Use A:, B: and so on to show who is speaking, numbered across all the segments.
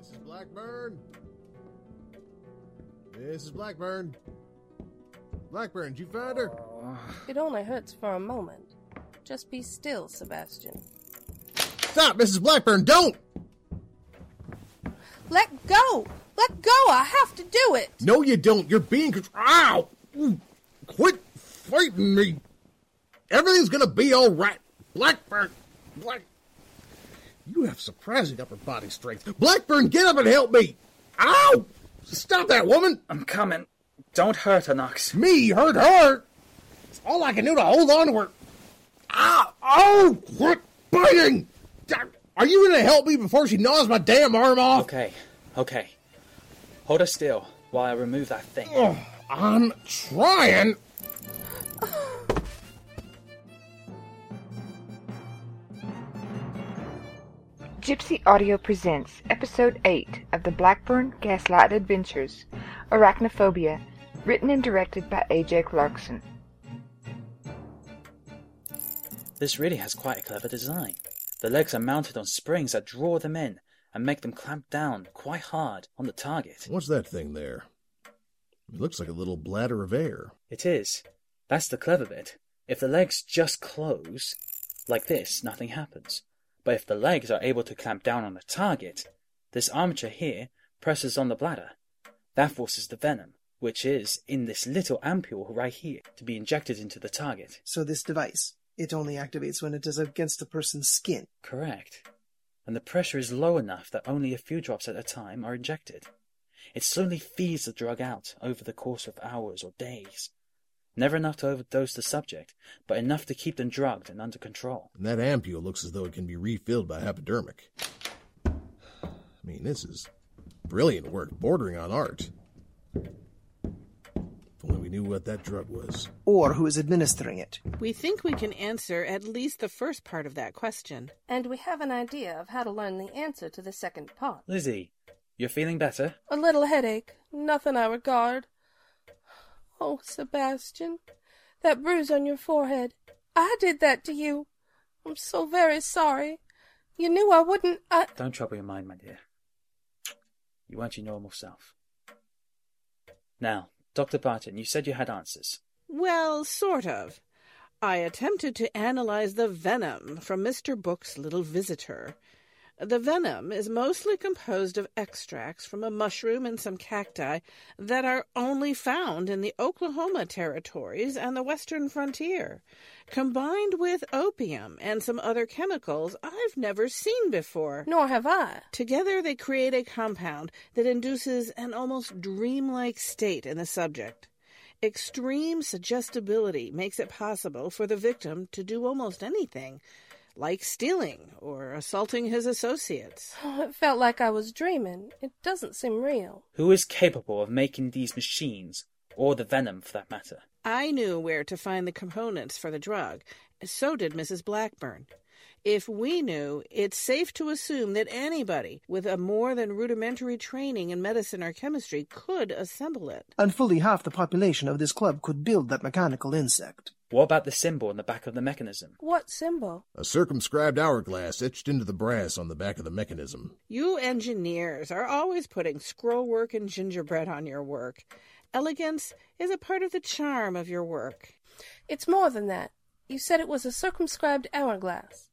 A: Mrs. Blackburn. Mrs. Blackburn. Blackburn, did you find her?
B: It only hurts for a moment. Just be still, Sebastian.
A: Stop, Mrs. Blackburn, don't!
B: Let go! Let go! I have to do it!
A: No, you don't. You're being. contr- Ow! Ooh, Quit fighting me. Everything's gonna be all right. Blackburn, Black. You have surprising upper body strength. Blackburn, get up and help me. Ow! Stop that woman.
C: I'm coming. Don't hurt her, Nox.
A: Me hurt her. It's all I can do to hold on to her. Ow! Oh! Quit biting. Are you gonna help me before she gnaws my damn arm off?
C: Okay, okay. Hold her still while I remove that thing.
A: Oh, I'm trying.
D: Gypsy Audio presents Episode 8 of the Blackburn Gaslight Adventures Arachnophobia, written and directed by A.J. Clarkson.
C: This really has quite a clever design. The legs are mounted on springs that draw them in and make them clamp down quite hard on the target.
A: What's that thing there? It looks like a little bladder of air.
C: It is. That's the clever bit. If the legs just close, like this, nothing happens. But if the legs are able to clamp down on the target, this armature here presses on the bladder. That forces the venom, which is in this little ampule right here, to be injected into the target.
E: So this device, it only activates when it is against the person's skin.
C: Correct. And the pressure is low enough that only a few drops at a time are injected. It slowly feeds the drug out over the course of hours or days. Never enough to overdose the subject, but enough to keep them drugged and under control.
A: And that ampule looks as though it can be refilled by hypodermic. I mean, this is brilliant work, bordering on art. If only we knew what that drug was.
E: Or who is administering it.
F: We think we can answer at least the first part of that question.
B: And we have an idea of how to learn the answer to the second part.
C: Lizzie, you're feeling better?
B: A little headache, nothing I regard. Oh, Sebastian, that bruise on your forehead. I did that to you. I'm so very sorry. You knew I wouldn't. uh, I.
C: Don't trouble your mind, my dear. You weren't your normal self. Now, Dr. Barton, you said you had answers.
F: Well, sort of. I attempted to analyze the venom from Mr. Book's little visitor. The venom is mostly composed of extracts from a mushroom and some cacti that are only found in the Oklahoma territories and the western frontier, combined with opium and some other chemicals I've never seen before.
B: Nor have I.
F: Together, they create a compound that induces an almost dreamlike state in the subject. Extreme suggestibility makes it possible for the victim to do almost anything, like stealing or assaulting his associates.
B: It felt like I was dreaming. It doesn't seem real.
C: Who is capable of making these machines, or the venom for that matter?
F: I knew where to find the components for the drug. So did Mrs. Blackburn. If we knew, it's safe to assume that anybody with a more than rudimentary training in medicine or chemistry could assemble it.
E: And fully half the population of this club could build that mechanical insect.
C: What about the symbol on the back of the mechanism?
B: What symbol?
A: A circumscribed hourglass etched into the brass on the back of the mechanism.
F: You engineers are always putting scrollwork and gingerbread on your work. Elegance is a part of the charm of your work.
B: It's more than that. You said it was a circumscribed hourglass,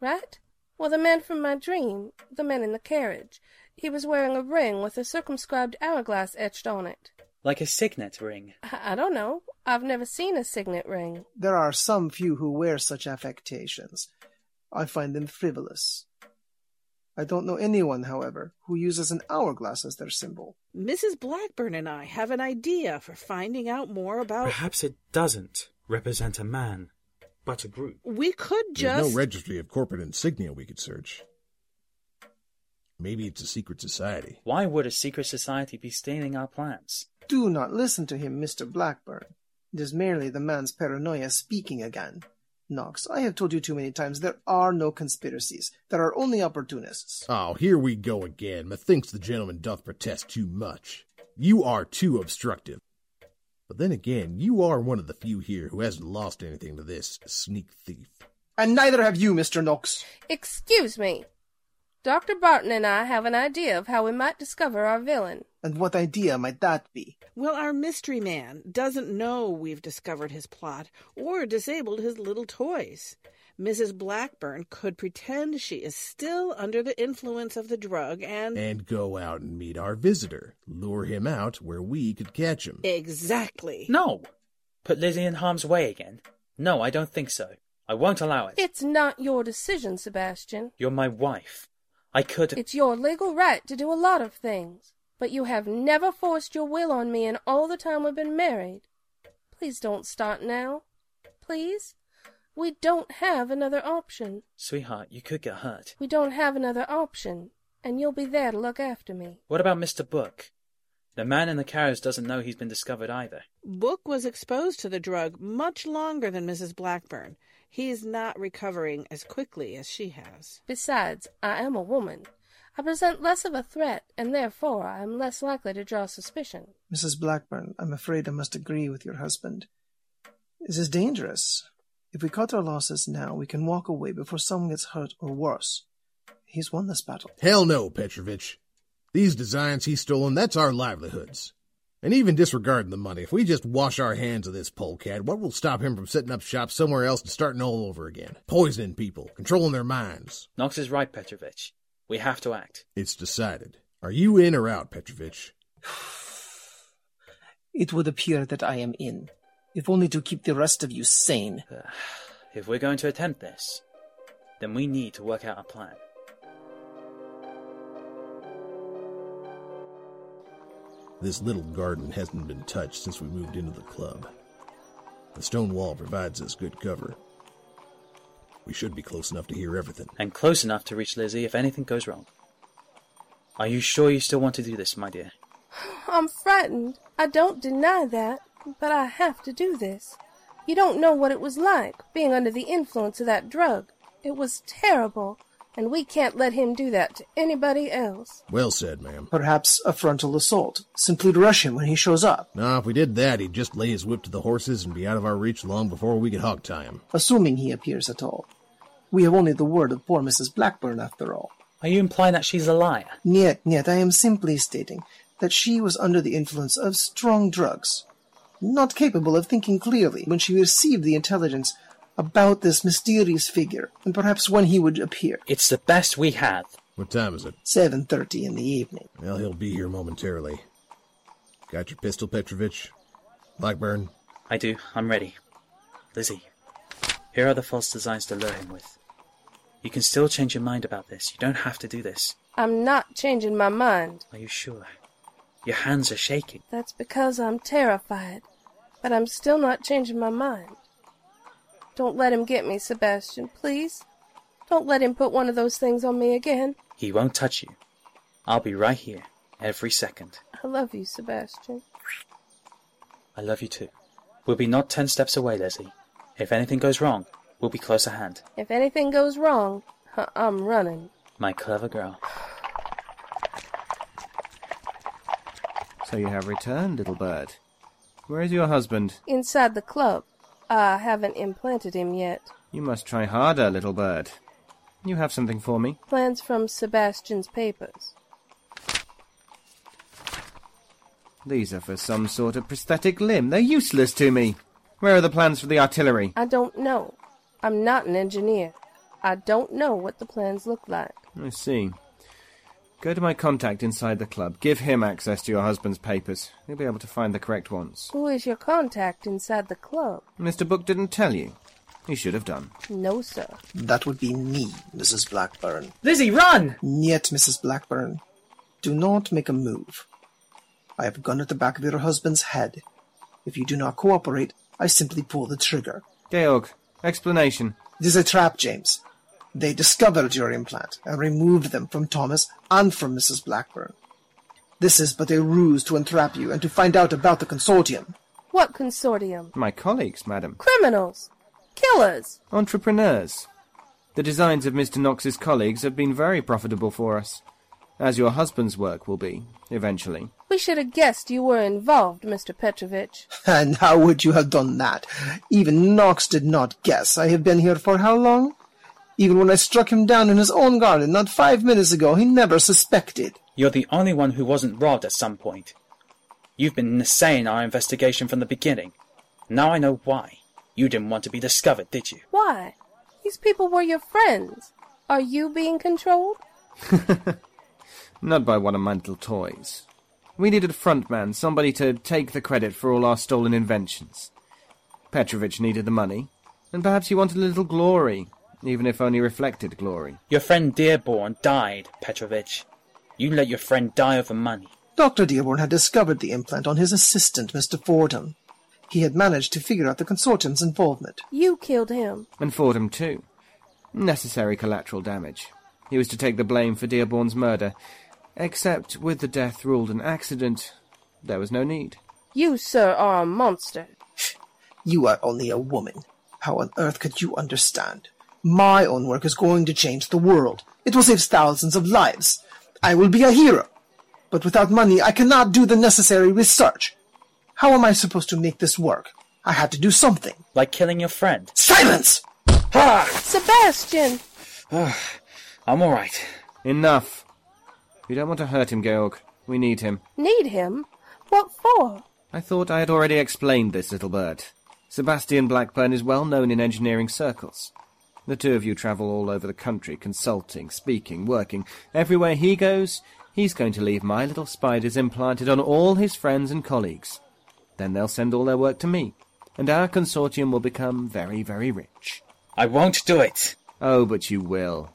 B: right? Well, the man from my dream, the man in the carriage, he was wearing a ring with a circumscribed hourglass etched on it.
C: Like a signet ring.
B: I, I don't know. I've never seen a signet ring.
E: There are some few who wear such affectations. I find them frivolous. I don't know anyone, however, who uses an hourglass as their symbol.
F: Mrs. Blackburn and I have an idea for finding out more about.
G: Perhaps it doesn't represent a man, but a group.
F: We could
A: There's
F: just.
A: no registry of corporate insignia we could search. Maybe it's a secret society.
C: Why would a secret society be stealing our plans?
E: Do not listen to him, Mr. Blackburn. It is merely the man's paranoia speaking again. Knox, I have told you too many times there are no conspiracies. There are only opportunists.
A: Oh, here we go again. Methinks the gentleman doth protest too much. You are too obstructive. But then again, you are one of the few here who hasn't lost anything to this sneak thief.
E: And neither have you, Mr. Knox.
B: Excuse me. Dr. Barton and I have an idea of how we might discover our villain.
E: And what idea might that be?
F: Well, our mystery man doesn't know we've discovered his plot or disabled his little toys. Mrs. Blackburn could pretend she is still under the influence of the drug and.
H: and go out and meet our visitor, lure him out where we could catch him.
F: Exactly.
C: No! Put Lizzie in harm's way again. No, I don't think so. I won't allow it.
B: It's not your decision, Sebastian.
C: You're my wife. I could.
B: It's your legal right to do a lot of things, but you have never forced your will on me in all the time we've been married. Please don't start now. Please? We don't have another option.
C: Sweetheart, you could get hurt.
B: We don't have another option, and you'll be there to look after me.
C: What about Mr. Book? The man in the carriage doesn't know he's been discovered either.
F: Book was exposed to the drug much longer than Mrs. Blackburn. He's not recovering as quickly as she has.
B: Besides, I am a woman. I present less of a threat, and therefore I am less likely to draw suspicion.
E: Mrs. Blackburn, I'm afraid I must agree with your husband. This is dangerous. If we cut our losses now, we can walk away before someone gets hurt or worse. He's won this battle.
H: Hell no, Petrovich. These designs he's stolen, that's our livelihoods. And even disregarding the money, if we just wash our hands of this polecat, what will stop him from setting up shop somewhere else and starting all over again? Poisoning people, controlling their minds.
C: Knox is right, Petrovich. We have to act.
H: It's decided. Are you in or out, Petrovich?
E: It would appear that I am in, if only to keep the rest of you sane.
C: If we're going to attempt this, then we need to work out a plan.
H: This little garden hasn't been touched since we moved into the club. The stone wall provides us good cover. We should be close enough to hear everything.
C: And close enough to reach Lizzie if anything goes wrong. Are you sure you still want to do this, my dear?
B: I'm frightened. I don't deny that, but I have to do this. You don't know what it was like being under the influence of that drug. It was terrible, and we can't let him do that to anybody else.
H: Well said, ma'am.
E: Perhaps a frontal assault. Simply rush him when he shows up,
H: Nah, if we did that, he'd just lay his whip to the horses and be out of our reach long before we could hog tie him.
E: assuming he appears at all. We have only the word of poor Mrs. Blackburn, after all.
C: Are you implying that she's a liar?
E: Niet, niet, I am simply stating that she was under the influence of strong drugs, not capable of thinking clearly when she received the intelligence about this mysterious figure, and perhaps when he would appear.
C: It's the best we have.
H: What time is it?
E: 7.30 in the evening.
H: Well, he'll be here momentarily. Got your pistol, Petrovich? Blackburn?
C: I do. I'm ready. Lizzie, here are the false designs to lure him with. You can still change your mind about this. You don't have to do this.
B: I'm not changing my mind.
C: Are you sure? Your hands are shaking.
B: That's because I'm terrified, but I'm still not changing my mind. Don't let him get me, Sebastian, please. Don't let him put one of those things on me again.
C: He won't touch you. I'll be right here every second.
B: I love you, Sebastian.
C: I love you too. We'll be not ten steps away, Lizzie. If anything goes wrong, we'll be close at hand.
B: If anything goes wrong, I'm running.
C: My clever girl.
I: So you have returned, little bird. Where is your husband?
B: Inside the club. I haven't implanted him yet.
I: You must try harder, little bird. You have something for me?
B: Plans from Sebastian's papers.
I: These are for some sort of prosthetic limb. They're useless to me. Where are the plans for the artillery?
B: I don't know. I'm not an engineer. I don't know what the plans look like.
I: I see. Go to my contact inside the club. Give him access to your husband's papers. He'll be able to find the correct ones.
B: Who is your contact inside the club?
I: Mr. Book didn't tell you. He should have done.
B: No, sir.
E: That would be me, Mrs. Blackburn.
C: Lizzie, run!
E: Niet, Mrs. Blackburn. Do not make a move. I have a gun at the back of your husband's head. If you do not cooperate, I simply pull the trigger.
I: Georg, explanation.
E: It is a trap, James. They discovered your implant and removed them from Thomas and from Mrs. Blackburn. This is but a ruse to entrap you and to find out about the consortium.
B: What consortium?
I: My colleagues, madam.
B: Criminals! Killers!
I: Entrepreneurs. The designs of Mr. Knox's colleagues have been very profitable for us, as your husband's work will be, eventually.
B: We should have guessed you were involved, Mr. Petrovich.
E: And how would you have done that? Even Knox did not guess. I have been here for how long? Even when I struck him down in his own garden not five minutes ago, he never suspected.
C: You're the only one who wasn't robbed at some point. You've been saying our investigation from the beginning. Now I know why. You didn't want to be discovered, did you?
B: Why? These people were your friends. Are you being controlled?
I: Not by one of my little toys. We needed a front man, somebody to take the credit for all our stolen inventions. Petrovich needed the money, and perhaps he wanted a little glory, even if only reflected glory.
C: Your friend Dearborn died, Petrovich. You let your friend die over money.
E: Dr. Dearborn had discovered the implant on his assistant, Mr. Fordham. He had managed to figure out the consortium's involvement.
B: You killed him.
I: And Fordham, too. Necessary collateral damage. He was to take the blame for Dearborn's murder, except with the death ruled an accident, there was no need.
B: You, sir, are a monster.
E: You are only a woman. How on earth could you understand? My own work is going to change the world. It will save thousands of lives. I will be a hero. But without money, I cannot do the necessary research. How am I supposed to make this work? I had to do something.
C: Like killing your friend.
E: Silence!
B: Sebastian!
C: I'm alright.
I: Enough! You don't want to hurt him, Georg. We need him.
B: Need him? What for?
I: I thought I had already explained this, little bird. Sebastian Blackburn is well known in engineering circles. The two of you travel all over the country, consulting, speaking, working. Everywhere he goes, he's going to leave my little spiders implanted on all his friends and colleagues. Then they'll send all their work to me, and our consortium will become very, very rich.
C: I won't do it.
I: Oh, but you will.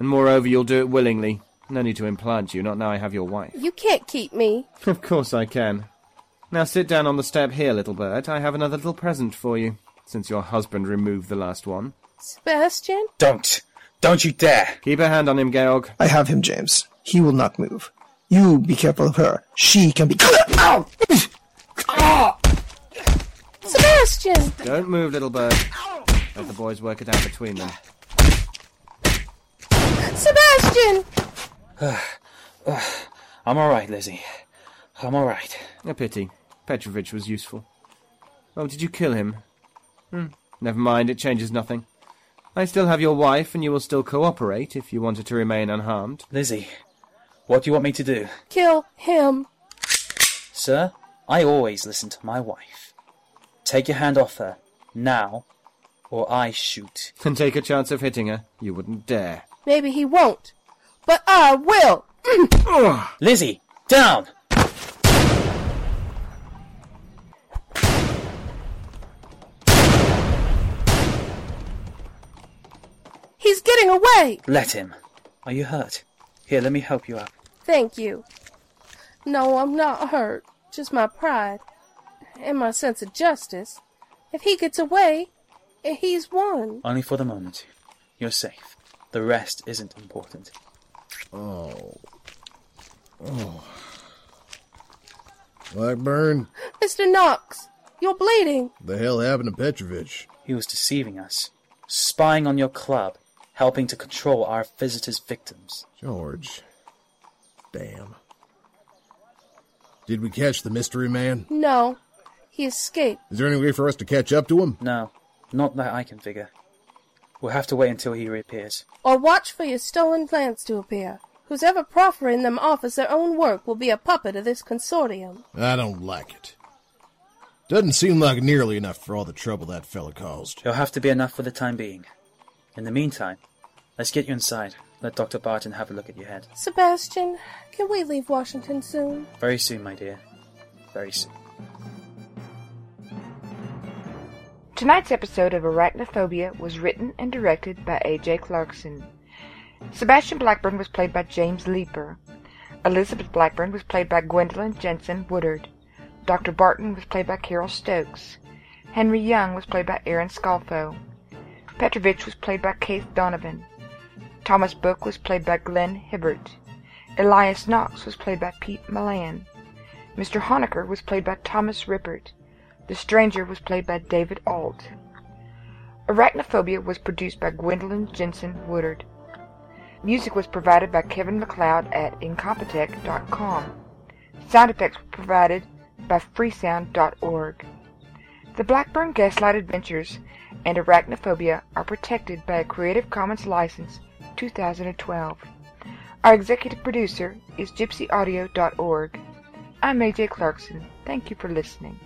I: And moreover, you'll do it willingly. No need to implant you, not now I have your wife.
B: You can't keep me.
I: Of course I can. Now sit down on the step here, little bird. I have another little present for you, since your husband removed the last one.
B: Sebastian?
C: Don't. Don't you dare.
I: Keep a hand on him, Georg.
E: I have him, James. He will not move. You be careful of her. She can be. Ow!
B: Sebastian!
I: Don't move, little bird. Let the boys work it out between them.
B: Sebastian!
C: I'm alright, Lizzie. I'm alright.
I: A pity. Petrovich was useful. Oh, did you kill him? Hmm. Never mind, it changes nothing. I still have your wife, and you will still cooperate if you wanted to remain unharmed.
C: Lizzie, what do you want me to do?
B: Kill him.
C: Sir, I always listen to my wife. Take your hand off her, now, or I shoot.
I: And take a chance of hitting her. You wouldn't dare.
B: Maybe he won't. But I will!
C: Lizzie, down!
B: He's getting away!
C: Let him. Are you hurt? Here, let me help you up.
B: Thank you. No, I'm not hurt. Just my pride. And my sense of justice. If he gets away, he's won.
C: Only for the moment. You're safe. The rest isn't important.
H: Oh. Blackburn,
B: Mr. Knox, you're bleeding.
H: the hell happened to Petrovich?
C: He was deceiving us, spying on your club, helping to control our visitors' victims.
H: George. Damn. Did we catch the mystery man?
B: No, he escaped.
H: Is there any way for us to catch up to him?
C: No, not that I can figure. We'll have to wait until he reappears.
B: Or watch for your stolen plans to appear. Who's ever proffering them off as their own work will be a puppet of this consortium.
H: I don't like it. Doesn't seem like nearly enough for all the trouble that fella caused.
C: It'll have to be enough for the time being. In the meantime, let's get you inside. Let Dr. Barton have a look at your head.
B: Sebastian, can we leave Washington soon?
C: Very soon, my dear. Very soon.
D: Tonight's episode of Arachnophobia was written and directed by A.J. Clarkson. Sebastian Blackburn was played by James Leeper. Elizabeth Blackburn was played by Gwendolyn Jensen Woodard. Dr. Barton was played by Carol Stokes. Henry Young was played by Aaron Scalfo. Petrovich was played by Keith Donovan. Thomas Book was played by Glenn Hibbert. Elias Knox was played by Pete Milan. Mr. Honecker was played by Thomas Rippert. The Stranger was played by David Alt. Arachnophobia was produced by Gwendolyn Jensen Woodard. Music was provided by Kevin McLeod at Incompetech.com. Sound effects were provided by Freesound.org. The Blackburn Gaslight Adventures and Arachnophobia are protected by a Creative Commons License 2012. Our executive producer is gypsyaudio.org. I'm AJ Clarkson. Thank you for listening.